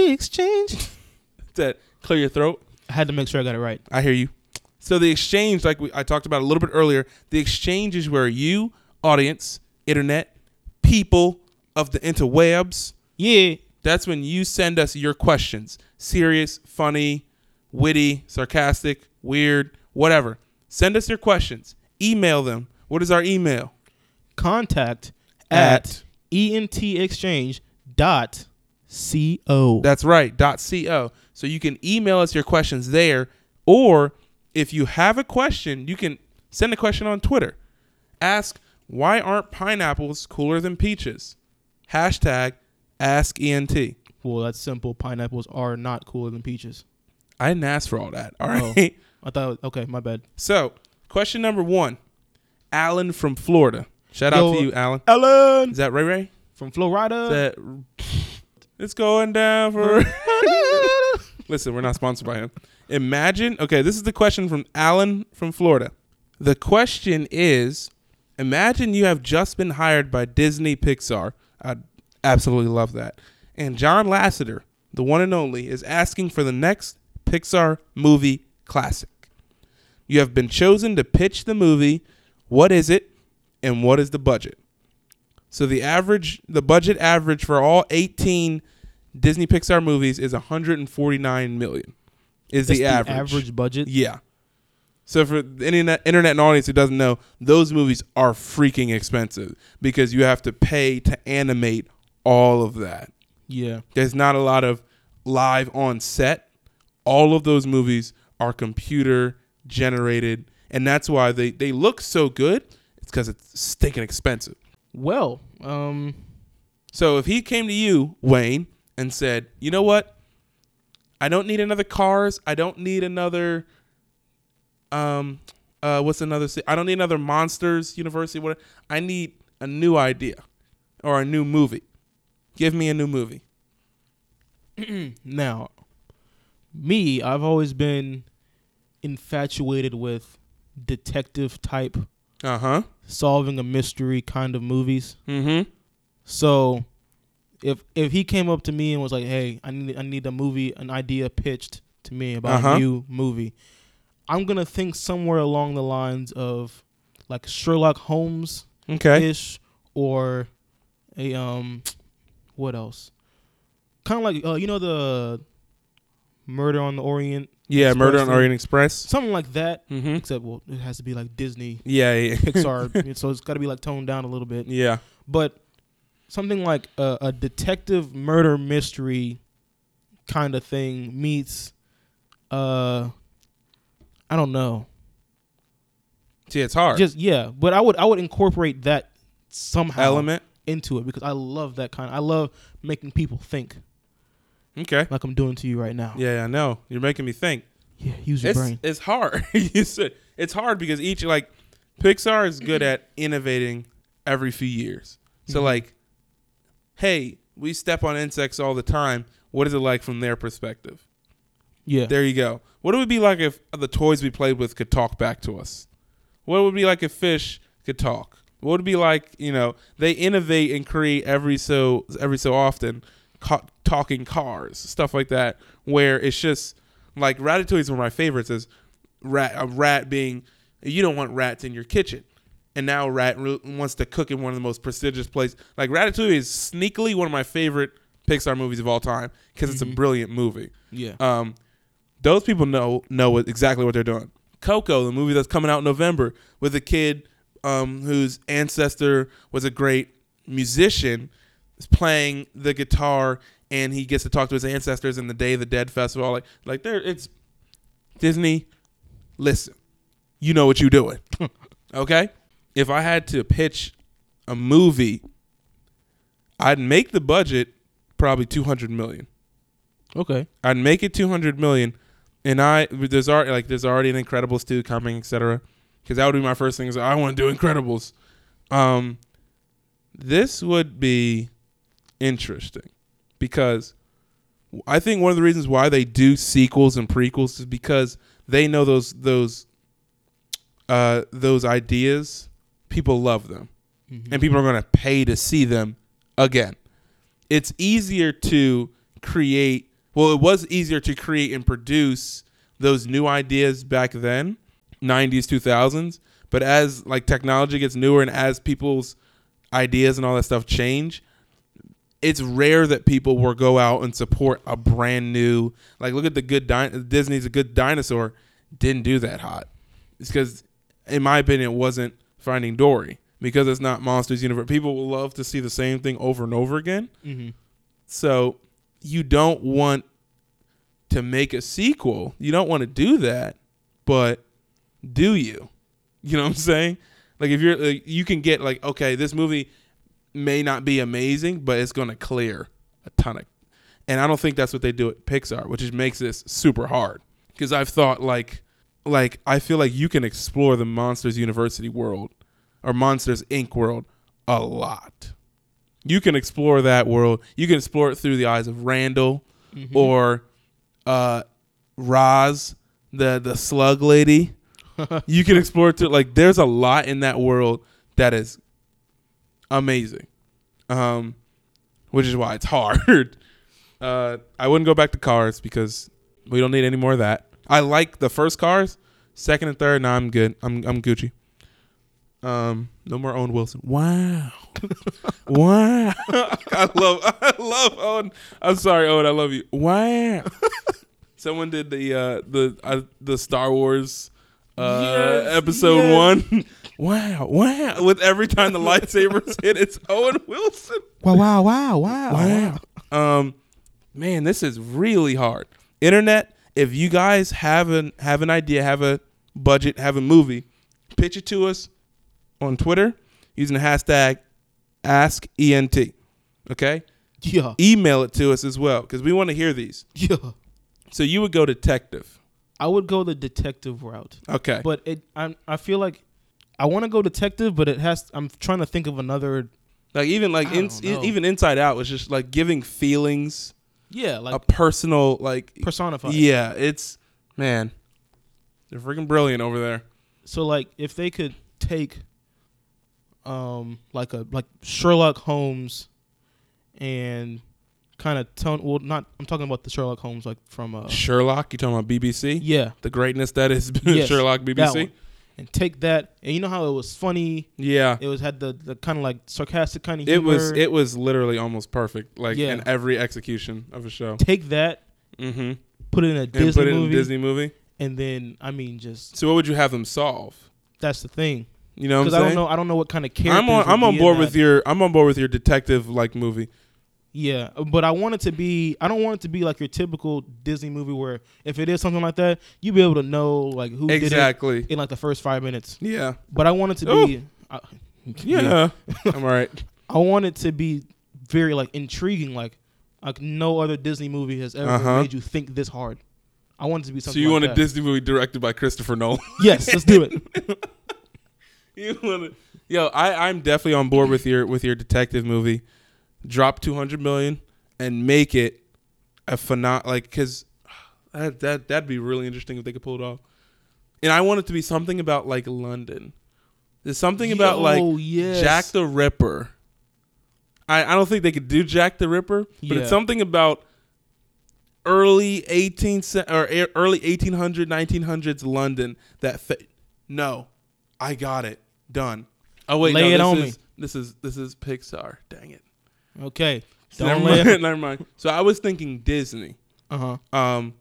B: exchange.
A: to clear your throat.
B: I had to make sure I got it right.
A: I hear you. So the exchange, like we, I talked about a little bit earlier, the exchange is where you, audience, internet, people of the interwebs,
B: Yeah.
A: that's when you send us your questions. Serious, funny, witty, sarcastic, weird, whatever. Send us your questions. Email them. What is our email?
B: Contact
A: At.
B: at, E entexchange dot co.
A: That's right. .co. So you can email us your questions there, or if you have a question, you can send a question on Twitter. Ask why aren't pineapples cooler than peaches? Hashtag AskENT.
B: well, that's simple. Pineapples are not cooler than peaches.
A: I didn't ask for all that. All
B: Oh.
A: right.
B: I thought. Okay, my bad.
A: So question number one, Alan from Florida. Shout out
B: Yo, uh,
A: to you, Alan.
B: Ellen
A: Is that Ray Ray?
B: from Florida.
A: That it's going down for. Listen, we're not sponsored by him. Imagine, okay, this is the question from Alan from Florida. The question is Imagine you have just been hired by Disney Pixar. I absolutely love that. And John Lasseter, the one and only, is asking for the next Pixar movie classic. You have been chosen to pitch the movie. What is it? And what is the budget? So the average, the budget average for all 18 Disney Pixar movies is 149 million. Is
B: That's
A: the average?
B: average budget.
A: Yeah. So for the internet, internet and audience who doesn't know, those movies are freaking expensive because you have to pay to animate all of that.
B: Yeah.
A: There's not a lot of live on set. All of those movies are computer generated, and that's why they they look so good. It's because it's stinking expensive.
B: Well, um,
A: So if he came to you, Wayne, and said, "You know what? I don't need another Cars. I don't need another um uh what's another si- I don't need another Monsters University what I need a new idea or a new movie. Give me a new movie."
B: now, me, I've always been infatuated with detective type
A: Uh-huh.
B: solving a mystery kind of movies.
A: Mhm.
B: So if if he came up to me and was like, "Hey, I need I need a movie, an idea pitched to me about
A: Uh-huh.
B: a new movie," I'm gonna think somewhere along the lines of like Sherlock Holmes
A: Okay.
B: ish or a um what else? Kind of like uh, you know the Murder on the Orient,
A: Yeah, Murder on
B: Express.
A: Orient Express.
B: something like that.
A: Mhm.
B: Except well, it has to be like Disney,
A: Yeah, yeah.
B: Mm-hmm. Pixar, so it's got to be like toned down a little bit
A: Yeah.
B: but something like a, a detective murder mystery kind of thing meets uh i don't know
A: See, it's hard.
B: just yeah but i would i would incorporate that somehow
A: Element.
B: into it because i love that kind i love making people think
A: Okay.
B: like i'm doing to you right now
A: Yeah, I know. You're making me think.
B: yeah use Oh. your
A: it's,
B: brain
A: It's hard. You said- it's hard because each like Pixar is good at innovating every few years. So
B: Mhm.
A: like, hey, we step on insects all the time. What is it like from their perspective?
B: yeah
A: There you go. What it would be like if the toys we played with could talk back to us? What would it be like if fish could talk? What would it be like? You know, they innovate and create every so every so often, ca- talking cars, stuff like that. Where it's just like Ratatouille is one of my favorites. Is rat a rat being you don't want rats in your kitchen, and now Rat Ru- wants to cook in one of the most prestigious places. Like Ratatouille is sneakily one of my favorite Pixar movies of all time because it's a brilliant movie.
B: Yeah.
A: Um, those people know know what, exactly what they're doing. Coco, the movie that's coming out in November with a kid um, whose ancestor was a great musician, is playing the guitar, and he gets to talk to his ancestors in the Day of the Dead festival. Like, like there, it's Disney. Listen, you know what you're doing, okay? If I had to pitch a movie, I'd make the budget probably 200 million.
B: Okay.
A: I'd make it 200 million, and I there's already like there's already an Incredibles two coming, etc. Because that would be my first thing is I want to do Incredibles. Um, this would be interesting because I think one of the reasons why they do sequels and prequels is because they know those those uh, those ideas. People love them,
B: Mm-hmm.
A: and people are going to pay to see them again it's easier to create well it was easier to create and produce those new ideas back then 90s 2000s but as like technology gets newer and as people's ideas and all that stuff change it's rare that people will go out and support a brand new like look at the good di- disney's a good dinosaur didn't do that hot it's because in my opinion it wasn't finding dory because it's not monsters universe people will love to see the same thing over and over again
B: Mhm.
A: so you don't want to make a sequel. You don't want to do that, but do you? You know what I'm saying? Like if you're like, you can get like okay, this movie may not be amazing, but it's going to clear a ton of and I don't think that's what they do at Pixar, which is makes this super hard. Cuz I've thought like like I feel like you can explore the Monsters University world or Monsters Inc world a lot you can explore that world. You can explore it through the eyes of Randall or uh, Roz, the the slug lady. you can explore it through like there's a lot in that world that is amazing, um, which is why it's hard. Uh, I wouldn't go back to Cars because we don't need any more of that. I like the first Cars, second and third. Nah, I'm good. I'm I'm Gucci. Um, no more Owen Wilson. Wow. Wow. I love I love Owen. I'm sorry, Owen, I love you. Wow. Someone did the uh the uh, the Star Wars uh
B: Yes,
A: episode
B: yes.
A: one. Wow, wow. With every time the lightsabers hit, it's Owen Wilson.
B: Wow! Wow! Wow! Wow!
A: Um man, this is really hard. Internet, if you guys have an have an idea, have a budget, have a movie, pitch it to us on Twitter using the hashtag AskENT. Okay?
B: Yeah.
A: Email it to us as well, because we want to hear these.
B: Yeah.
A: So you would go detective.
B: I would go the detective route,
A: Okay.
B: but it I I feel like I want to go detective, but it has I'm trying to think of another.
A: like even like
B: I
A: in,
B: don't know.
A: even inside out was just like giving feelings
B: Yeah, like
A: a personal like
B: personified.
A: Yeah, it's man. They're freaking brilliant over there.
B: So like if they could take um like a like Sherlock Holmes and kind of tone well not I'm talking about the Sherlock Holmes like from uh
A: Sherlock, you talking about BBC?
B: yeah
A: The greatness that is
B: Yes,
A: Sherlock
B: that
A: BBC?
B: one. and take that and you know how it was funny
A: Yeah.
B: it was had the, the kind of like sarcastic kind of
A: It was it was literally almost perfect, like
B: Yeah.
A: in every execution of a show.
B: take that
A: Mm-hmm. And
B: put it in a Disney
A: put it
B: movie
A: in a Disney movie.
B: and then I mean just
A: So what would you have them solve?
B: that's the thing
A: You know what I'm
B: because I
A: saying?
B: don't know I don't know what kind of character
A: I'm on I'm on board with your I'm on board with your detective like movie.
B: Yeah, uh, but I want it to be. I don't want it to be like your typical Disney movie where if it is something like that, you be able to know like who
A: exactly.
B: did it in like the first five minutes.
A: Yeah.
B: But I want it to be. I,
A: Yeah. I'm all right.
B: I want it to be very like intriguing. Like like no other Disney movie has ever
A: Uh-huh.
B: made you think this hard. I want it to be
A: So
B: something.
A: you
B: like
A: want a
B: that.
A: Disney movie directed by Christopher Nolan?
B: Yes, let's do it.
A: you want to Yo, I I'm definitely on board with your with your detective movie. Drop 200 million and make it a phenom like cuz that that that'd be really interesting if they could pull it off. And I want it to be something about like London. There's something about like
B: Yo, yes.
A: Jack the Ripper. I, I don't think they could do Jack the Ripper, but
B: Yeah.
A: it's something about early 18th cen- or e- early 1800 1900s London that fa- no, I got it done. Oh wait,
B: Lay
A: no,
B: it
A: this
B: on
A: is, This is this is Pixar. Dang it.
B: Okay.
A: never
B: Don't lay.
A: mind. never mind. So I was thinking Disney.
B: Uh huh.
A: Um,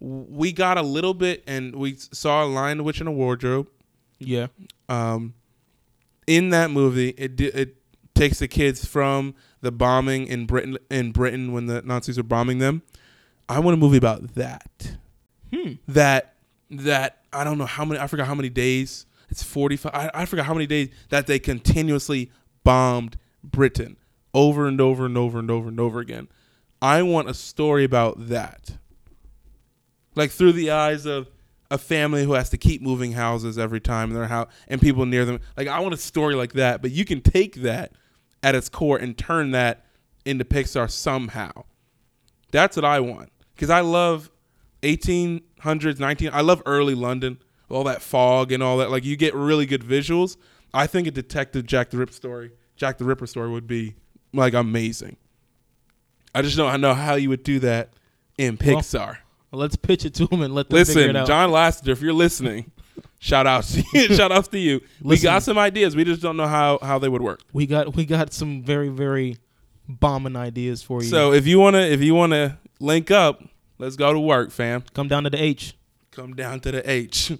A: we got a little bit, and we saw a line the witch in a wardrobe.
B: Yeah.
A: Um, in that movie, it di- it takes the kids from the bombing in Britain in Britain when the Nazis were bombing them. I want a movie about that.
B: Hmm.
A: That that I don't know how many I forgot how many days. It's forty five. I, I forgot how many days that they continuously bombed Britain over and over and over and over and over again. I want a story about that. Like through the eyes of a family who has to keep moving houses every time their house and people near them. Like I want a story like that, but you can take that at its core and turn that into Pixar somehow. That's what I want because I love 1800s, 19. I love early London, all that fog and all that. Like you get really good visuals. I think a Detective Jack the Ripper story, Jack the Ripper story, would be like amazing. I just don't know how you would do that in
B: Well,
A: Pixar.
B: Let's pitch it to him and let them figure
A: Listen,
B: it out.
A: John Lasseter, if you're listening, shout out to you. shout outs to you. We
B: Listen.
A: got some ideas. We just don't know how how they would work.
B: we got we got some very very bombing ideas for you.
A: So if you wanna if you wanna link up, let's go to work, fam.
B: come down to the H.
A: Come down to the H.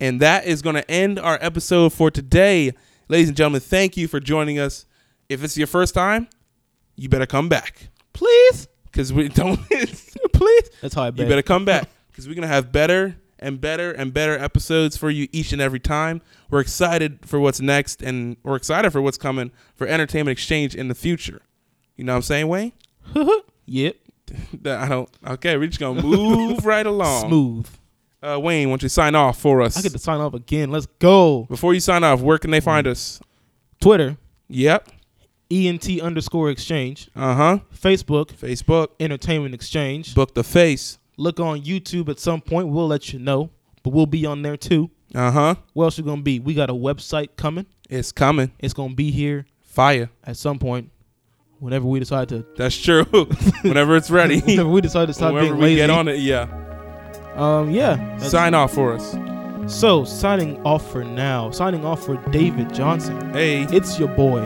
A: And that is gonna end our episode for today. Ladies and gentlemen, thank you for joining us. If it's your first time, you better come back. Please. Cause we don't please.
B: That's how I bet.
A: You better come back because we're gonna have better and better and better episodes for you each and every time. We're excited for what's next, and we're excited for what's coming for Entertainment Exchange in the future. You know what I'm saying, Wayne?
B: yep.
A: That I don't. Okay, we're just gonna move right along.
B: Smooth.
A: Uh, Wayne, why don't you sign off for us?
B: I get to sign off again. Let's go.
A: Before you sign off, where can they find us?
B: Twitter
A: Yep.
B: ENT underscore exchange.
A: Uh huh.
B: Facebook
A: Facebook.
B: Entertainment Exchange.
A: Book the face.
B: Look on YouTube at some point. We'll let you know, but we'll be on there too.
A: Uh huh.
B: What else you gonna be? We got a website coming.
A: It's coming.
B: It's gonna be here
A: Fire.
B: at some point. Whenever we decide to,
A: That's true. Whenever it's ready.
B: whenever we decide to stop
A: Whenever
B: being
A: we
B: lazy.
A: get on it, yeah.
B: Um, yeah. That's-
A: Sign off for us.
B: So, signing off for now, signing off for David Johnson.
A: Hey.
B: It's your boy,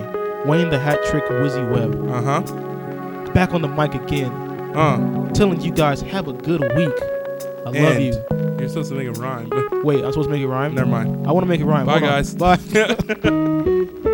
B: Wayne the Hat Trick Wizzy Webb,
A: Uh huh.
B: back on the mic again,
A: Uh.
B: telling you guys have a good week. I love
A: And-
B: you.
A: You're supposed to make a rhyme.
B: Wait, I'm supposed to make it rhyme?
A: Never mind.
B: I want to make it rhyme.
A: Bye,
B: Hold on.
A: guys.
B: Bye.